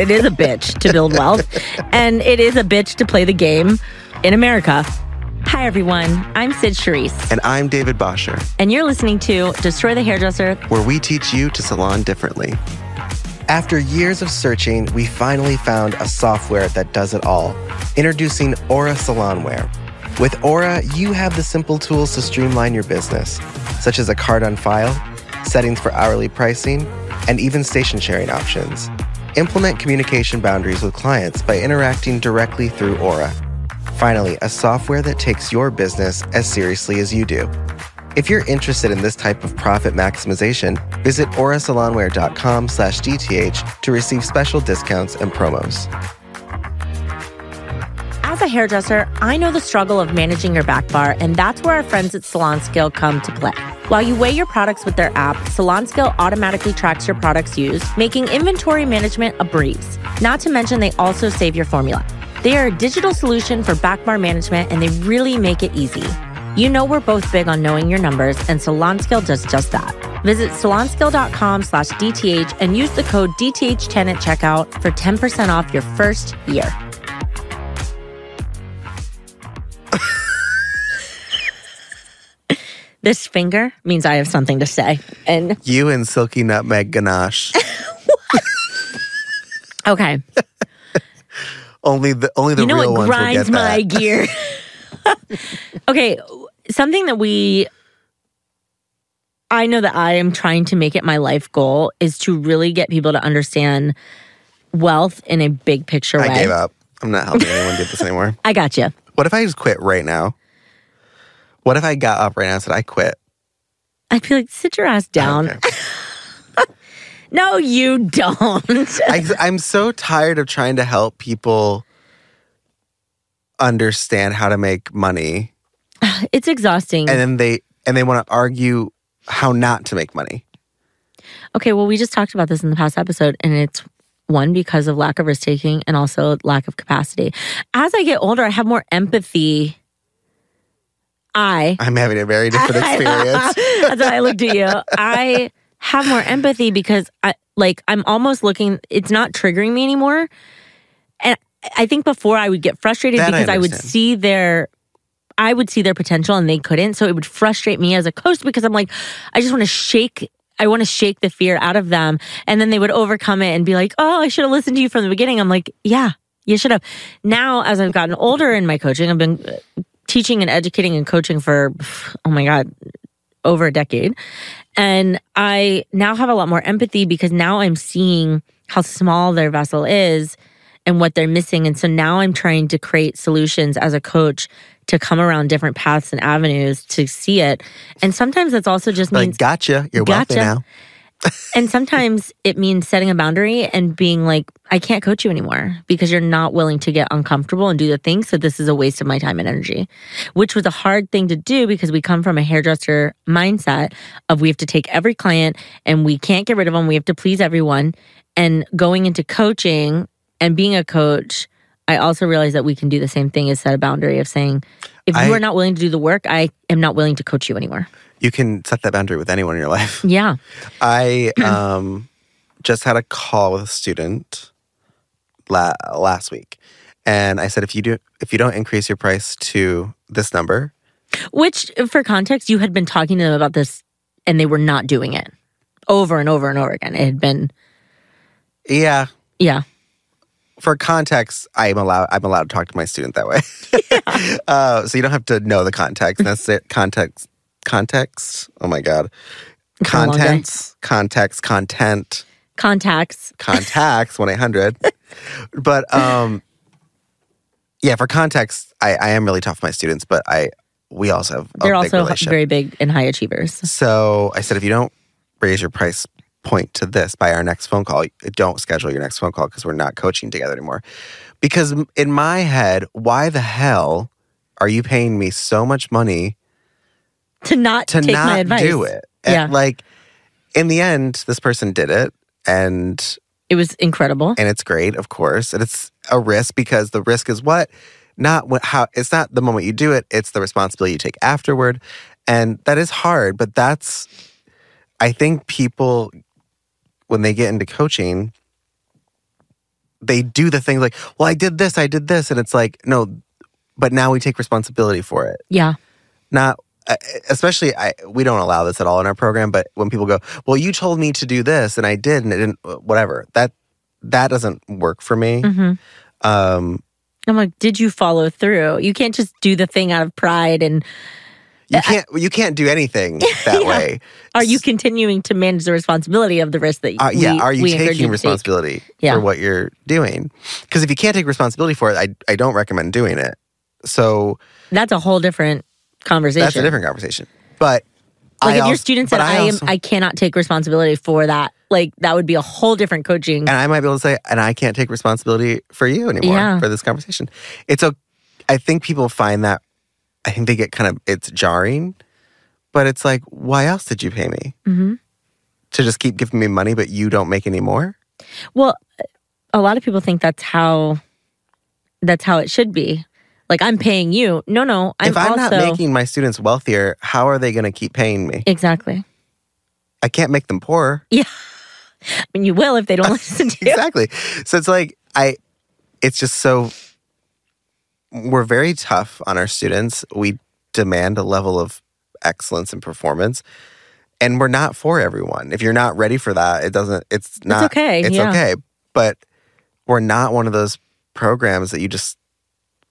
It is a bitch to build wealth, and it is a bitch to play the game in America. Hi, everyone. I'm Sid Charisse, And I'm David Bosher, and you're listening to Destroy the Hairdresser. where we teach you to salon differently. After years of searching, we finally found a software that does it all. Introducing Aura Salonware. With Aura, you have the simple tools to streamline your business, such as a card on file, settings for hourly pricing, and even station sharing options. Implement communication boundaries with clients by interacting directly through Aura. Finally, a software that takes your business as seriously as you do. If you're interested in this type of profit maximization, visit aurasalonware.com slash DTH to receive special discounts and promos. As a hairdresser, I know the struggle of managing your back bar, and that's where our friends at Salon Scale come to play. While you weigh your products with their app, Salon Scale automatically tracks your products used, making inventory management a breeze. Not to mention, they also save your formula. They are a digital solution for back bar management, and they really make it easy. You know we're both big on knowing your numbers, and Salon Scale does just that. Visit salonscale.com slash DTH and use the code DTH10 at checkout for 10% off your first year. This finger means I have something to say. And You and Silky Nutmeg Ganache. okay, only the only the you know real what ones will grinds get my that. gear? okay, something that we I know that I am trying to make it my life goal is to really get people to understand wealth in a big picture way. I gave up. I'm not helping anyone do this anymore. I got you. What if I just quit right now? What if I got up right now and said I quit? I'd be like, sit your ass down. Okay. No, you don't. I, I'm so tired of trying to help people understand how to make money, it's exhausting. and then they and they want to argue how not to make money. Okay, well, we just talked about this in the past episode, and it's one because of lack of risk taking and also lack of capacity. As I get older, I have more empathy. I, I'm having a very different experience. as I looked at you, I have more empathy because I like I'm almost looking. It's not triggering me anymore, and I think before I would get frustrated That I because I would understand. see their. I would see their potential and they couldn't. So it would frustrate me as a coach because I'm like, I just want to shake, I want to shake the fear out of them. And then they would overcome it and be like, oh, I should have listened to you from the beginning. I'm like, yeah, you should have. Now, as I've gotten older in my coaching, I've been uh, teaching and educating and coaching for, oh my God, over a decade. And I now have a lot more empathy because now I'm seeing how small their vessel is and what they're missing. And so now I'm trying to create solutions as a coach to come around different paths and avenues to see it. And sometimes that's also just means like, gotcha. You're wealthy Gotcha. now. and sometimes it means setting a boundary and being like, I can't coach you anymore because you're not willing to get uncomfortable and do the thing. So this is a waste of my time and energy, which was a hard thing to do because we come from a hairdresser mindset of we have to take every client and we can't get rid of them. We have to please everyone. And going into coaching and being a coach, I also realized that we can do the same thing as set a boundary of saying, if you I- are not willing to do the work, I am not willing to coach you anymore. You can set that boundary with anyone in your life. Yeah. I um, just had a call with a student la- last week, and I said, if you do, if you don't increase your price to this number, Which, for context, you had been talking to them about this and they were not doing it over and over and over again. It had been, yeah. yeah. For context, I'm allowed. I'm allowed to talk to my student that way. uh, so you don't have to know the context. That's it. Context. Context. Oh my god. It's been a long day. Contents. Context. Content. Contacts. contacts 1-800 but um yeah for context i i am really tough with my students but i we also have a They're big also relationship very big and high achievers. so i said if you don't raise your price point to this by our next phone call don't schedule your next phone call because we're not coaching together anymore because m- in my head why the hell are you paying me so much money To not to take not my advice. do it And, Yeah. like in the end this person did it and It was incredible. and it's great, of course, and it's a risk because the risk is what not what how it's not the moment you do it; it's the responsibility you take afterward, and that is hard. But that's, I think people when they get into coaching, they do the things like, well, I did this, I did this, and it's like, no, but now we take responsibility for it. Yeah. Not uh, especially I we don't allow this at all in our program, but when people go, well, you told me to do this and I did and it didn't, uh, whatever. That that doesn't work for me. hmm Um, I'm like, did you follow through? You can't just do the thing out of pride. And you can't you can't do anything that Uh, Yeah. way. are you continuing to manage the responsibility of the risk that Uh, we, yeah, are you we encourage taking to take? responsibility Yeah. for what you're doing? Because if you can't take responsibility for it, I I don't recommend doing it. So That's a whole different conversation. that's a different conversation. But Like if I your als- student but said, "I, also- am, I cannot take responsibility for that," like that would be a whole different coaching. and I might be able to say, and I can't take responsibility for you anymore Yeah. for this conversation. It's a, I think people find that, I think they get kind of it's jarring, but it's like, why else did you pay me Mhm. to just keep giving me money, but you don't make any more? Well, a lot of people think that's how that's how it should be. Like I'm paying you. No, no, I'm if I'm also not making my students wealthier, how are they going to keep paying me? exactly. I can't make them poorer. I mean, you will if they don't listen to you. Exactly. So it's like I, it's just so. We're very tough on our students. We demand a level of excellence and performance, and we're not for everyone. If you're not ready for that, it doesn't. It's not okay, It's yeah. okay. But we're not one of those programs that you just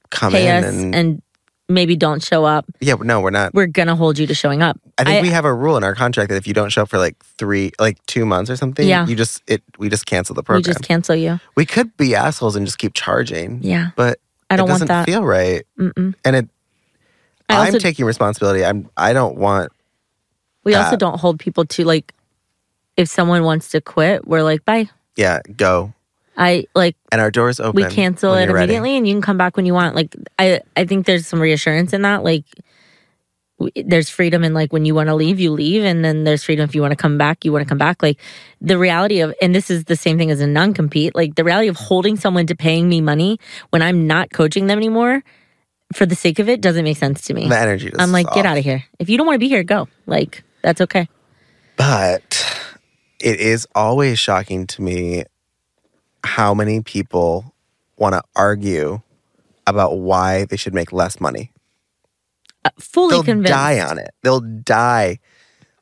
come Pay in us and, and, maybe don't show up. yeah. No, we're not. We're gonna hold you to showing up. I think I- we have a rule in our contract that if you don't show up for like three, like two months or something, Yeah. you just it. We just cancel the program. We just cancel you. We could be assholes and just keep charging, Yeah, but I don't it want doesn't that. feel right. Mm-mm. And it, I I'm also taking responsibility. I'm. I don't want. we that. also don't hold people to like if someone wants to quit, we're like, bye. Yeah, go. I like And our doors open. we cancel when it you're ready. immediately and you can come back when you want like i i think there's some reassurance in that like w- there's freedom in like when you want to leave you leave and then there's freedom if you want to come back you want to come back like the reality of and this is the same thing as a non-compete like the reality of holding someone to paying me money when i'm not coaching them anymore for the sake of it doesn't make sense to me The energy. Just i'm like is get off. out of here if you don't want to be here go like that's okay But it is always shocking to me how many people want to argue about why they should make less money. Uh, fully They'll convinced die on it. They'll die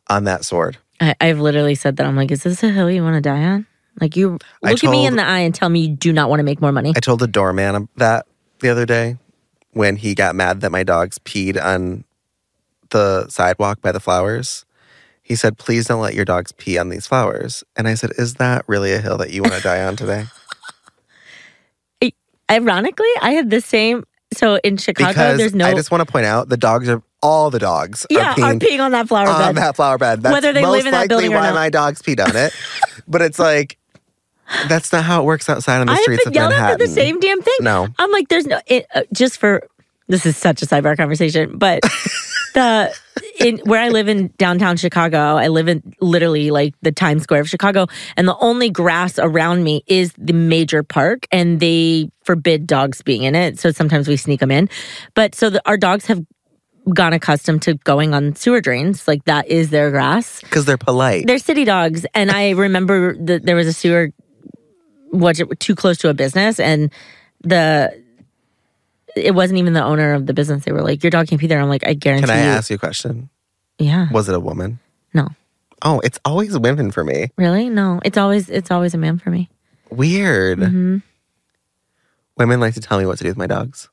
on that sword. I, I've literally said that. I'm like, is this a hill you want to die on? Like you look I at me in told- the eye and tell me you do not want to make more money. I told the doorman that the other day when he got mad that my dogs peed on the sidewalk by the flowers. He said, Please don't let your dogs pee on these flowers. And I said, Is that really a hill that you want to die on today? Ironically, I had the same. So in Chicago, Because there's no I just want to point out the dogs are all the dogs yeah are peeing, are peeing on that flower on bed. that flower bed. That's Whether they most live in that likely building or why not. my dogs peed on it. but it's like that's not how it works outside on the I've streets been of yelled Manhattan. at for the same damn thing. No. I'm like, there's no it, uh, just for this is such a sidebar conversation, but the in where I live in downtown Chicago, I live in literally like the Times Square of Chicago, and the only grass around me is the major park, and they forbid dogs being in it. So sometimes we sneak them in, but so the, our dogs have gone accustomed to going on sewer drains, like that is their grass. Because they're polite. They're city dogs, and I remember that there was a sewer was too close to a business, and the it wasn't even the owner of the business. They were like, "Your dog can't be there." I'm like, "I guarantee Can I you." ask you a question? Yeah, Was it a woman? no, Oh, it's always women for me. really, no. It's always it's always a man for me. Weird. hmm Women like to tell me what to do with my dogs.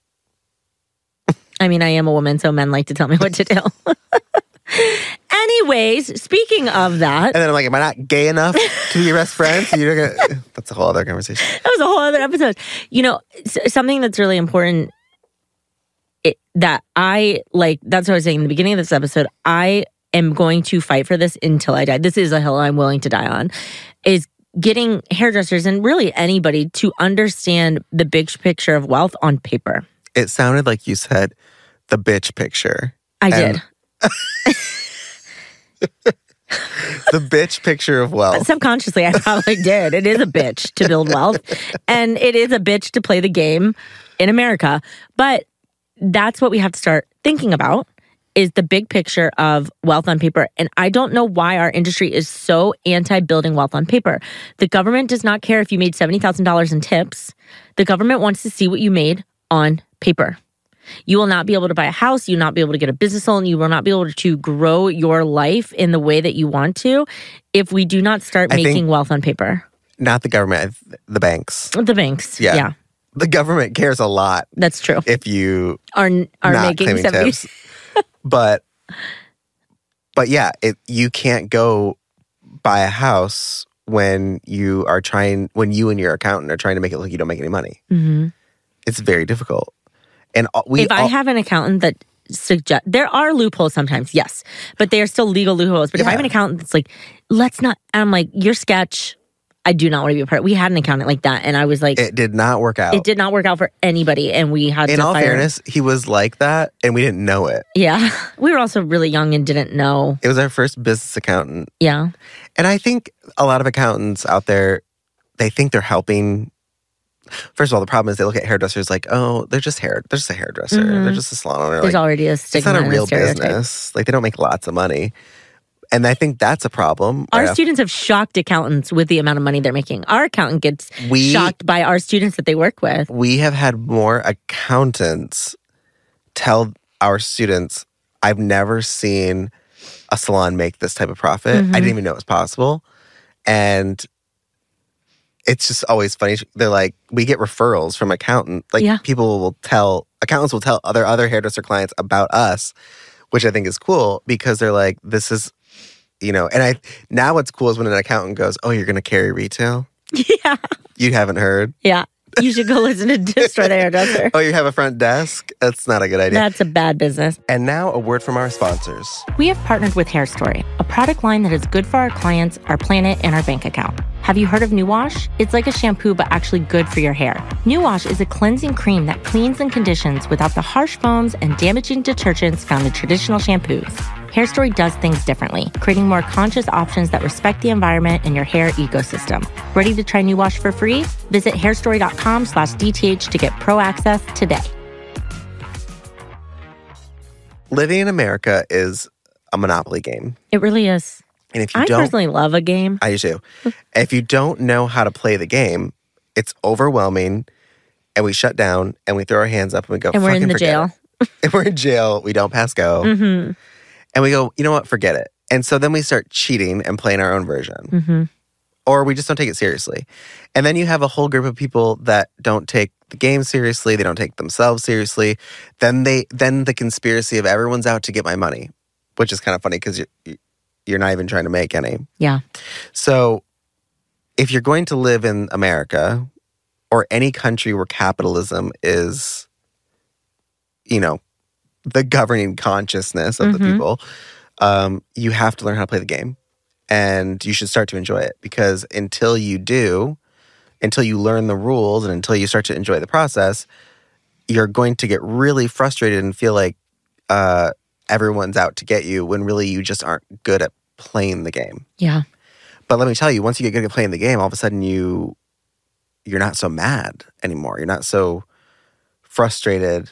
I mean, I am a woman, so men like to tell me what to do. Anyways, speaking of that, And then I'm like, am I not gay enough to be your best friend? So you're gonna That's a whole other conversation. that was a whole other episode. You know, s- something that's really important it, that I like, that's what I was saying in the beginning of this episode. I am going to fight for this until I die. This is a hill I'm willing to die on, is getting hairdressers and really anybody to understand the big picture of wealth on paper. It sounded like you said the bitch picture. I And- did. The bitch picture of wealth. Subconsciously, I probably did. It is a bitch to build wealth, and it is a bitch to play the game in America. But that's what we have to start thinking about is the big picture of wealth on paper. And I don't know why our industry is so anti building wealth on paper. The government does not care if you made $70,000 in tips, the government wants to see what you made on paper. You will not be able to buy a house. You will not be able to get a business loan. You will not be able to grow your life in the way that you want to if we do not start I think- making wealth on paper. Not the government, the banks. The banks. Yeah. Yeah. The government cares a lot that's true. if you Are, are not making claiming 70. tips. but but yeah, it, you can't go buy a house when you are trying when you and your accountant are trying to make it look like you don't make any money. Mhm. It's very difficult. And all- we if I all- have an accountant that suggest there are loopholes sometimes, yes, but they are still legal loopholes. But if I have an Yeah. accountant that's like, let's not, and I'm like, your sketch, I do not want to be a part. We had an accountant like that, and I was like, it, it did not work out. did not work out for anybody, and we had In to all fire. fairness, he was like that and we didn't know it. yeah, we were also really young and didn't know. It was our first business accountant. Yeah, And I think a lot of accountants out there, they think they're helping. First of all, the problem is they look at hairdressers like, oh, they're just hair, they're just a hairdresser, Mhm. they're just a salon owner. there's Like, already a it's stigma. not a and real stereotype. business. Like they don't make lots of money, and I think that's a problem. Our right off- students have shocked accountants with the amount of money they're making. Our accountant gets we shocked by our students that they work with. we have had more accountants tell our students, I've never seen a salon make this type of profit. Mhm. I didn't even know it was possible. And it's just always funny. They're like, we get referrals from accountants. Like Yeah. people will tell accountants will tell other other hairdresser clients about us, which I think is cool because they're like, this is you know, and I now what's cool is when an accountant goes, Oh, you're gonna carry retail? yeah. You haven't heard. Yeah. You should go listen to Destroy the Hairdresser. Oh, you have a front desk? That's not a good idea. That's a bad business. And now a word from our sponsors. We have partnered with Hair Story, a product line that is good for our clients, our planet, and our bank account. Have you heard of New Wash? It's like a shampoo, but actually good for your hair. New Wash is a cleansing cream that cleans and conditions without the harsh foams and damaging detergents found in traditional shampoos. Hair Story does things differently, creating more conscious options that respect the environment and your hair ecosystem. Ready to try New Wash for free? Visit hairstory.com slash DTH to get pro access today. Living in America is a monopoly game. It really is. And if you I don't personally Hmm. love a game. I do too. if you don't know how to play the game, it's overwhelming and we shut down and we throw our hands up and we go and we're in "Fucking the forget jail. it." And we're in jail, we don't pass go. hmm And we go, you know what, forget it. And so then we start cheating and playing our own version. hmm Or we just don't take it seriously. And then you have a whole group of people that don't take the game seriously, they don't take themselves seriously. Then they then the conspiracy of everyone's out to get my money, which is kind of funny cuz you you're not even trying to make any. Yeah. So, if you're going to live in America or any country where capitalism is, you know, the governing consciousness of the Mhm. people, um, you have to learn how to play the game and you should start to enjoy it because until you do, until you learn the rules and until you start to enjoy the process, you're going to get really frustrated and feel like uh, everyone's out to get you when really you just aren't good at playing the game. Yeah. But let me tell you, once you get good at playing the game, all of a sudden you you're not so mad anymore. You're not so frustrated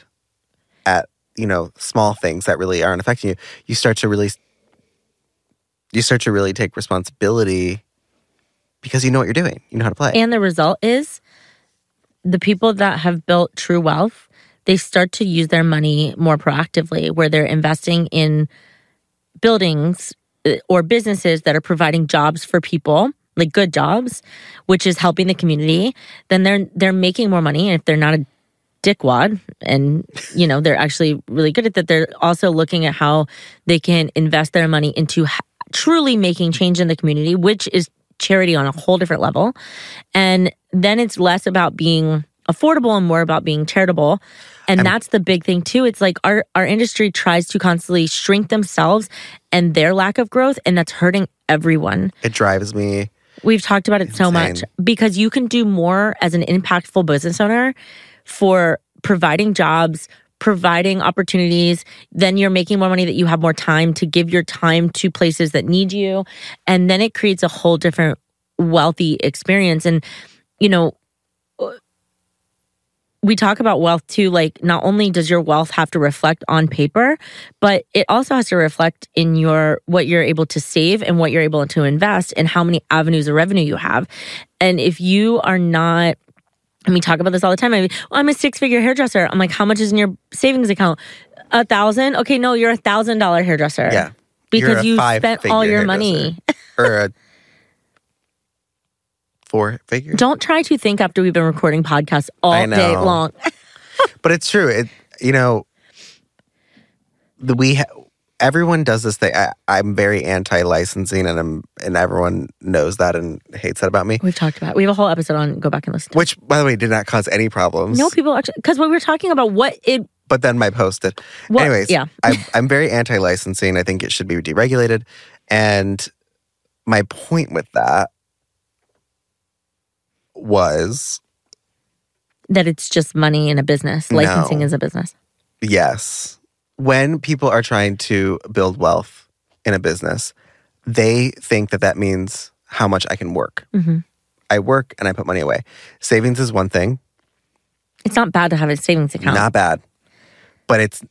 at, you know, small things that really aren't affecting you. You start to really you start to really take responsibility because you know what you're doing. You know how to play. And the result is the people that have built true wealth, they start to use their money more proactively, where they're investing in buildings uh, or businesses that are providing jobs for people, like good jobs, which is helping the community. Then they're they're making more money, and if they're not a dickwad and you know they're actually really good at that they're also looking at how they can invest their money into ha- truly making change in the community which is charity on a whole different level and then it's less about being affordable and more about being charitable and And- that's the big thing too it's like our our industry tries to constantly shrink themselves and their lack of growth and that's hurting everyone it drives me We've talked about it so much Insane. because you can do more as an impactful business owner for providing jobs, providing opportunities. Then you're making more money that you have more time to give your time to places that need you. And then it creates a whole different wealthy experience. And, you know, we talk about wealth too like not only does your wealth have to reflect on paper but it also has to reflect in your what you're able to save and what you're able to invest and how many avenues of revenue you have and if you are not and we talk about this all the time. I mean, well, I'm a six figure hairdresser. I'm like, how much is in your savings account? A thousand? Okay, no, you're a thousand dollar hairdresser. Yeah. You're Because a you spent five-figure all your money. hairdresser. or a four figure. Don't try to think after we've been recording podcasts all I day know. long. But it's true. It you know the we ha- everyone does this thing. I, I'm very anti licensing, and I'm and everyone knows that and hates that about me. We've talked about. We have a whole episode on. Go back and listen. to Which, by the way, did not cause any problems. No, people actually because we were talking about what it. But then my post did. What, Anyways, yeah, I, I'm very anti licensing. I think it should be deregulated. And my point with that was that it's just money in a business. No. Licensing is a business. Yes. When people are trying to build wealth in a business, they think that that means how much I can work. hmm I work and I put money away. Savings is one thing, It's not bad to have a savings account. not bad, but it's.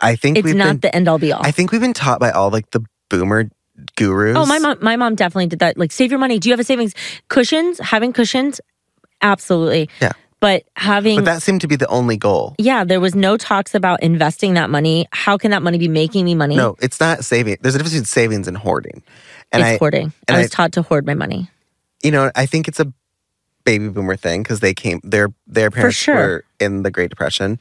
I think it's we've not been. the end all be all. I think we've been taught by all like the boomer gurus. Oh, my mom, my mom definitely did that. Like, save your money. Do you have a savings cushions? Having cushions, absolutely. Yeah. But having, But that seemed to be the only goal. yeah, there was no talks about investing that money. How can that money be making me money? No, it's not saving. There's a difference between savings and hoarding. And it's I, hoarding. and I was I- taught to hoard my money. you know, I think it's a baby boomer thing because they came their their parents sure. were in the Great Depression.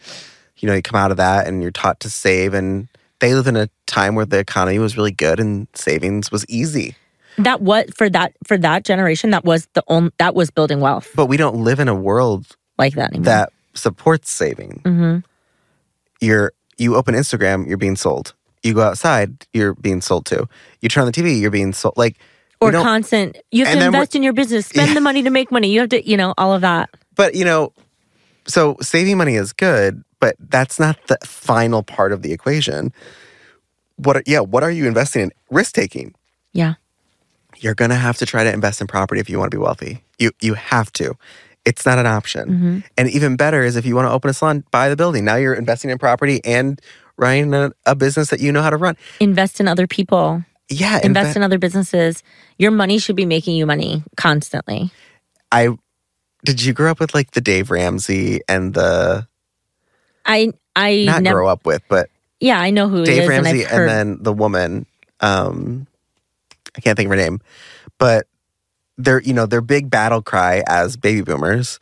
You know, you come out of that and you're taught to save and they live in a time where the economy was really good and savings was easy. That what for that for that generation that was the only that was building wealth But we don't live in a world like that anymore. that supports saving. hmm You're you open Instagram, you're being sold. You go outside, you're being sold to. You turn on the TV, you're being sold. Like we Or don't- constant. You have and to then we're- invest in your business. Spend Yeah. the money to make money. You have to, you know, all of that. but you know, so saving money is good, but that's not the final part of the equation. What? Are, yeah, what are you investing in? Risk taking. Yeah. You're gonna have to try to invest in property if you want to be wealthy. You you have to. It's not an option. hmm And even better is if you want to open a salon, buy the building. Now you're investing in property and running a, a business that you know how to run. Invest in other people. Yeah, invest in other businesses. Your money should be making you money constantly. I did you grow up with like the Dave Ramsey and the I I not never grow up with, but yeah I know who it Dave is and Ramsey I've and, heard then the woman, um, I can't think of her name, but their you know their big battle cry as baby boomers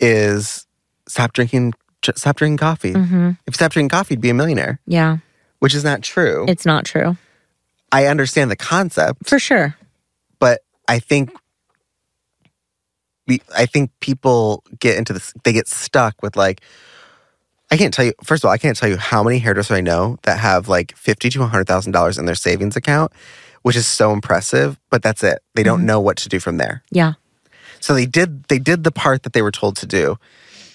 is stop drinking j- stop drinking coffee. Mhm. If you stop drinking coffee, you'd be a millionaire, yeah which is not true. it's not true I understand the concept, for sure but I think we, I think people get into this. They get stuck with like. I can't tell you. First of all, I can't tell you how many hairdressers I know that have like fifty to one hundred thousand dollars in their savings account, which is so impressive. But that's it. They don't Mhm. know what to do from there. yeah So they did. They did the part that they were told to do,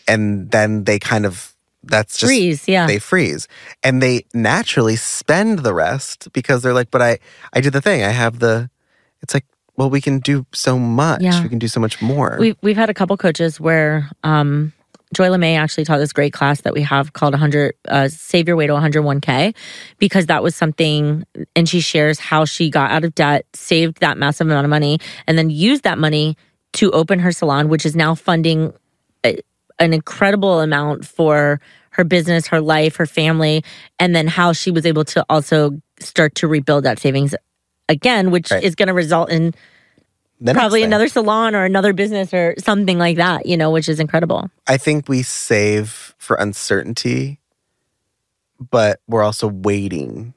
and then they kind of. That's just freeze yeah they freeze and they naturally spend the rest because they're like but i i did the thing i have the it's like well we can do so much Yeah. we can do so much more we've we've had a couple coaches where um Joy LeMay actually taught this great class that we have called 100 uh, Save Your Way to 101K because that was something, and she shares how she got out of debt, saved that massive amount of money, and then used that money to open her salon, which is now funding a, an incredible amount for her business, her life, her family, and then how she was able to also start to rebuild that savings again, which Right. is going to result in The next probably thing, another salon or another business or something like that, you know, which is incredible. i think we save for uncertainty but we're also waiting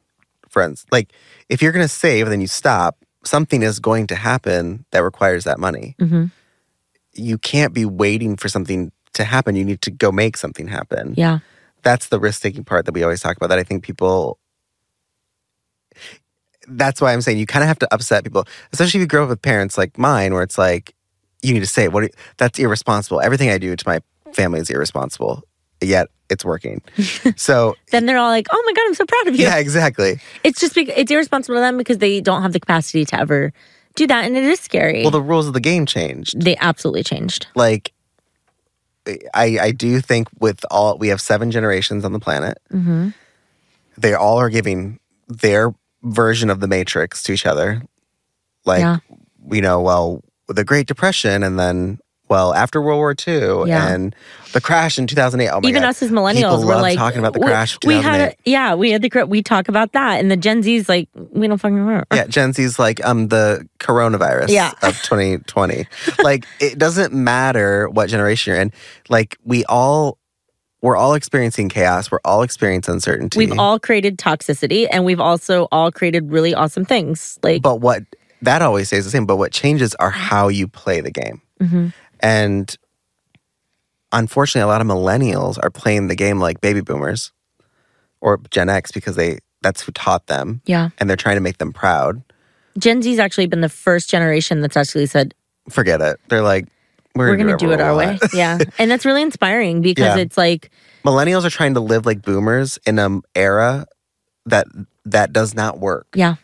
friends like if you're gonna save and then you stop something is going to happen that requires that money hmm you can't be waiting for something to happen you need to go make something happen Yeah. that's the risk taking part that we always talk about that I think people that's why I'm saying you kind of have to upset people, especially if you grow up with parents like mine where it's like you need to say what are- that's irresponsible. Everything I do to my family is irresponsible. Yet it's working. so Then they're all like, "Oh my god, I'm so proud of you." yeah, exactly. It's just bec- it's irresponsible to them because they don't have the capacity to ever do that, and it is scary. Well, the rules of the game changed. they absolutely changed. Like I, I do think with all we have seven generations on the planet. Mm-hmm. They all are giving their version of the Matrix to each other. Like Yeah. you know, well, the Great Depression, and then well, after World War II, Yeah. and the crash in two thousand eight. Oh my Even god! us as millennials, People we're love like talking about the we- crash of We had, 2008. yeah, we had the cra- we talk about that, and the Gen Z's like we don't fucking remember. yeah, Gen Z's like um the coronavirus Yeah. of 2020. like it doesn't matter what generation you're in. Like we all we're all experiencing chaos. We're all experiencing uncertainty. We've all created toxicity, and we've also all created really awesome things. Like, but what that always stays the same, but what changes are how you play the game. Mhm. And unfortunately, a lot of millennials are playing the game like baby boomers or Gen X because they that's who taught them yeah, and they're trying to make them proud. Gen Z's actually been the first generation that's actually said Forget it. They're like we're, we're, gonna do it whatever we our want." way. yeah, and that's really inspiring because Yeah. it's like millennials are trying to live like boomers in an era that that does not work. Yeah.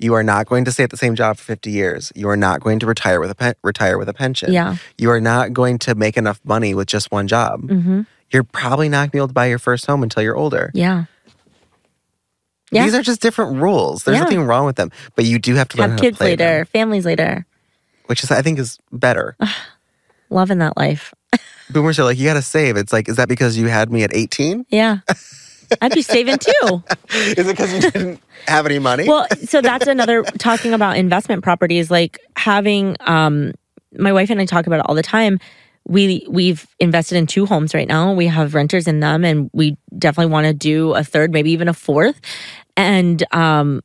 You are not going to stay at the same job for 50 years. You are not going to retire with a pen- retire with a pension. yeah, You are not going to make enough money with just one job. hmm You're probably not going to be able to buy your first home until you're older. yeah. Yeah. These are just different rules. There's Yeah. nothing wrong with them, but you do have to learn Have how to kids play later, them, families later, which is I think is better. loving that life. Boomers are like, you got to save. It's like, is that because you had me at 18? Yeah, I'd be saving too. is it because you didn't have any money? Well, so that's another talking about investment properties, like having um my wife and I talk about it all the time. We we've invested in two homes right now. We have renters in them and we definitely want to do a third, maybe even a fourth. And um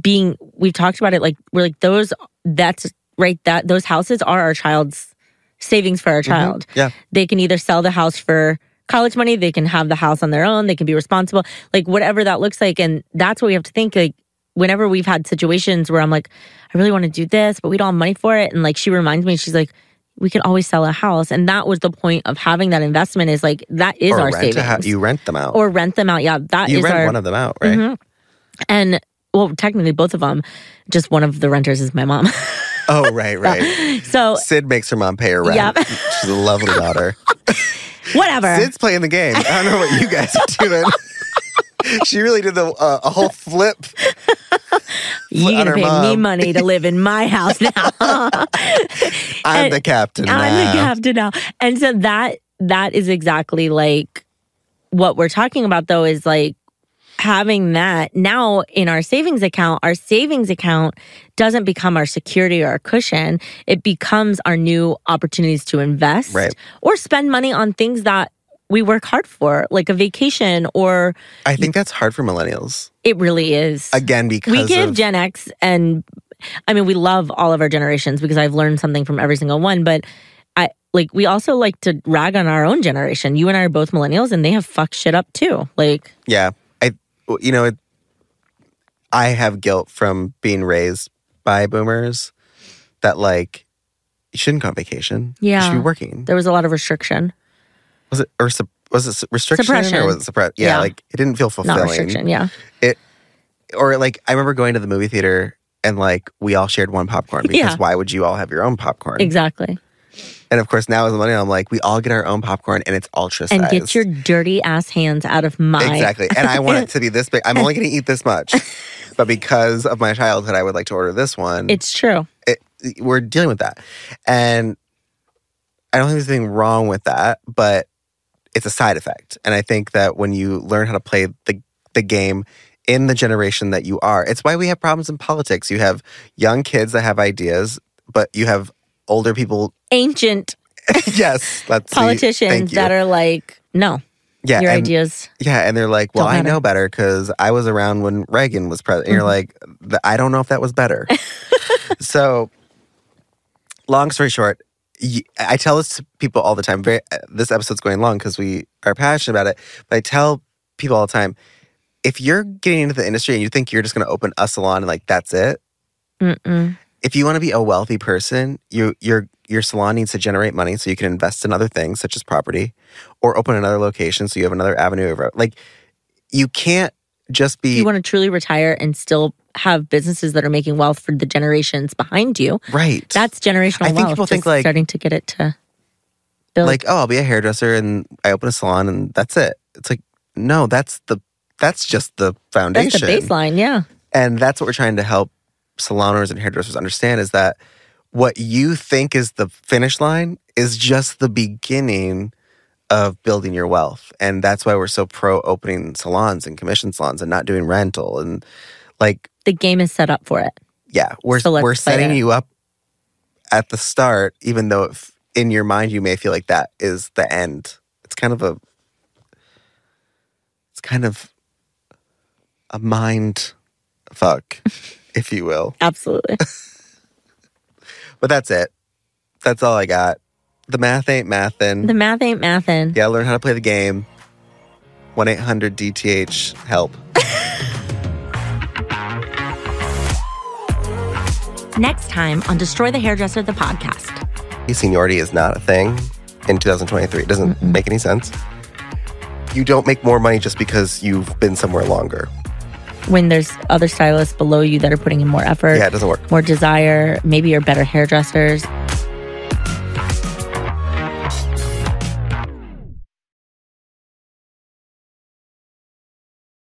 being we've talked about it like we're like those that's right that those houses are our child's savings for our child yeah. they can either sell the house for college money, they can have the house on their own, they can be responsible, like whatever that looks like. And that's what we have to think. Like, whenever we've had situations where I'm like, I really want to do this, but we don't have money for it. And like, she reminds me, she's like, we can always sell a house. And that was the point of having that investment is like, that is or our rent a savings. hou- you rent them out. or rent them out. Yeah, that is you rent our. one of them out, right? Mhm. And well, technically both of them, just one of the renters is my mom. Oh, right, right. so Sid makes her mom pay her rent. Yep. She's a lovely daughter. whatever. Sid's playing the game. I don't know what you guys are doing. she really did the uh, a whole flip. You're on gonna her pay me mom. money to live in my house now. I'm And the captain. I'm now. the captain now. And so that that is exactly like what we're talking about though is like having that now in our savings account, our savings account doesn't become our security or our cushion. It becomes our new opportunities to invest Right. or spend money on things that we work hard for, like a vacation or I think that's hard for millennials. it really is. Again, because we give of, Gen X and I mean we love all of our generations because I've learned something from every single one, but I like we also like to rag on our own generation. You and I are both millennials and they have fucked shit up too. Like yeah. I you know it, I have guilt from being raised by boomers that like you shouldn't go on vacation. You Yeah. should be working. there was a lot of restriction. was it or sup- was it su- restriction Suppression. or was it suppress? Yeah, Yeah. like it didn't feel fulfilling. Not restriction, yeah. Or like I remember going to the movie theater and like we all shared one popcorn because Yeah. why would you all have your own popcorn? Exactly. And of course now as a millennial, I'm like we all get our own popcorn and it's ultra And sized. get your dirty ass hands out of my exactly. And I want it to be this big. I'm only going to eat this much, but because of my childhood, I would like to order this one. It's true. we're dealing with that. And I don't think there's anything wrong with that, but it's a side effect. And I think that when you learn how to play the, the game in the generation that you are, it's why we have problems in politics. You have young kids that have ideas, but you have older people. Ancient yes, let's politicians that are like, no, yeah, your and- ideas. yeah, and they're like, "Well, Don't I matter. Mm-hmm. know better because I was around when Reagan was president." And you're like, "Th- "I don't know if that was better." so, long story short, y- I tell this to people all the time. Very, this episode's going long because we are passionate about it. But I tell people all the time, if you're getting into the industry and you think you're just going to open a salon and like that's it, Mm-mm. if you want to be a wealthy person, you your your salon needs to generate money so you can invest in other things such as property, or open another location so you have another avenue of like. You can't just If be you want to truly retire and still have businesses that are making wealth for the generations behind you, right. That's generational I think wealth. people think, just like- starting to get it to They're like, oh, I'll be a hairdresser and I open a salon and that's it. It's like, no, that's the that's just the that's foundation. the baseline. Yeah. And that's what we're trying to help salon owners and hairdressers understand is that what you think is the finish line is just the beginning of building your wealth. And that's why we're so pro opening salons and commission salons and not doing rental and like The game is set up for it. yeah, we're So let's we're play setting it. you up at the start, even though if in your mind you may feel like that is the end. It's kind of a it's kind of a mind fuck, if you will. Absolutely. But that's it. That's all I got. The math ain't mathin'. the math ain't mathin'. yeah, learn how to play the game. One eight hundred DTH help. Next time on Destroy the Hairdresser, the podcast. seniority is not a thing in 2023. It doesn't make any sense. You don't make more money just because you've been somewhere longer. When there's other stylists below you that are putting in more effort, Yeah, it doesn't work. more desire, maybe you're better hairdressers.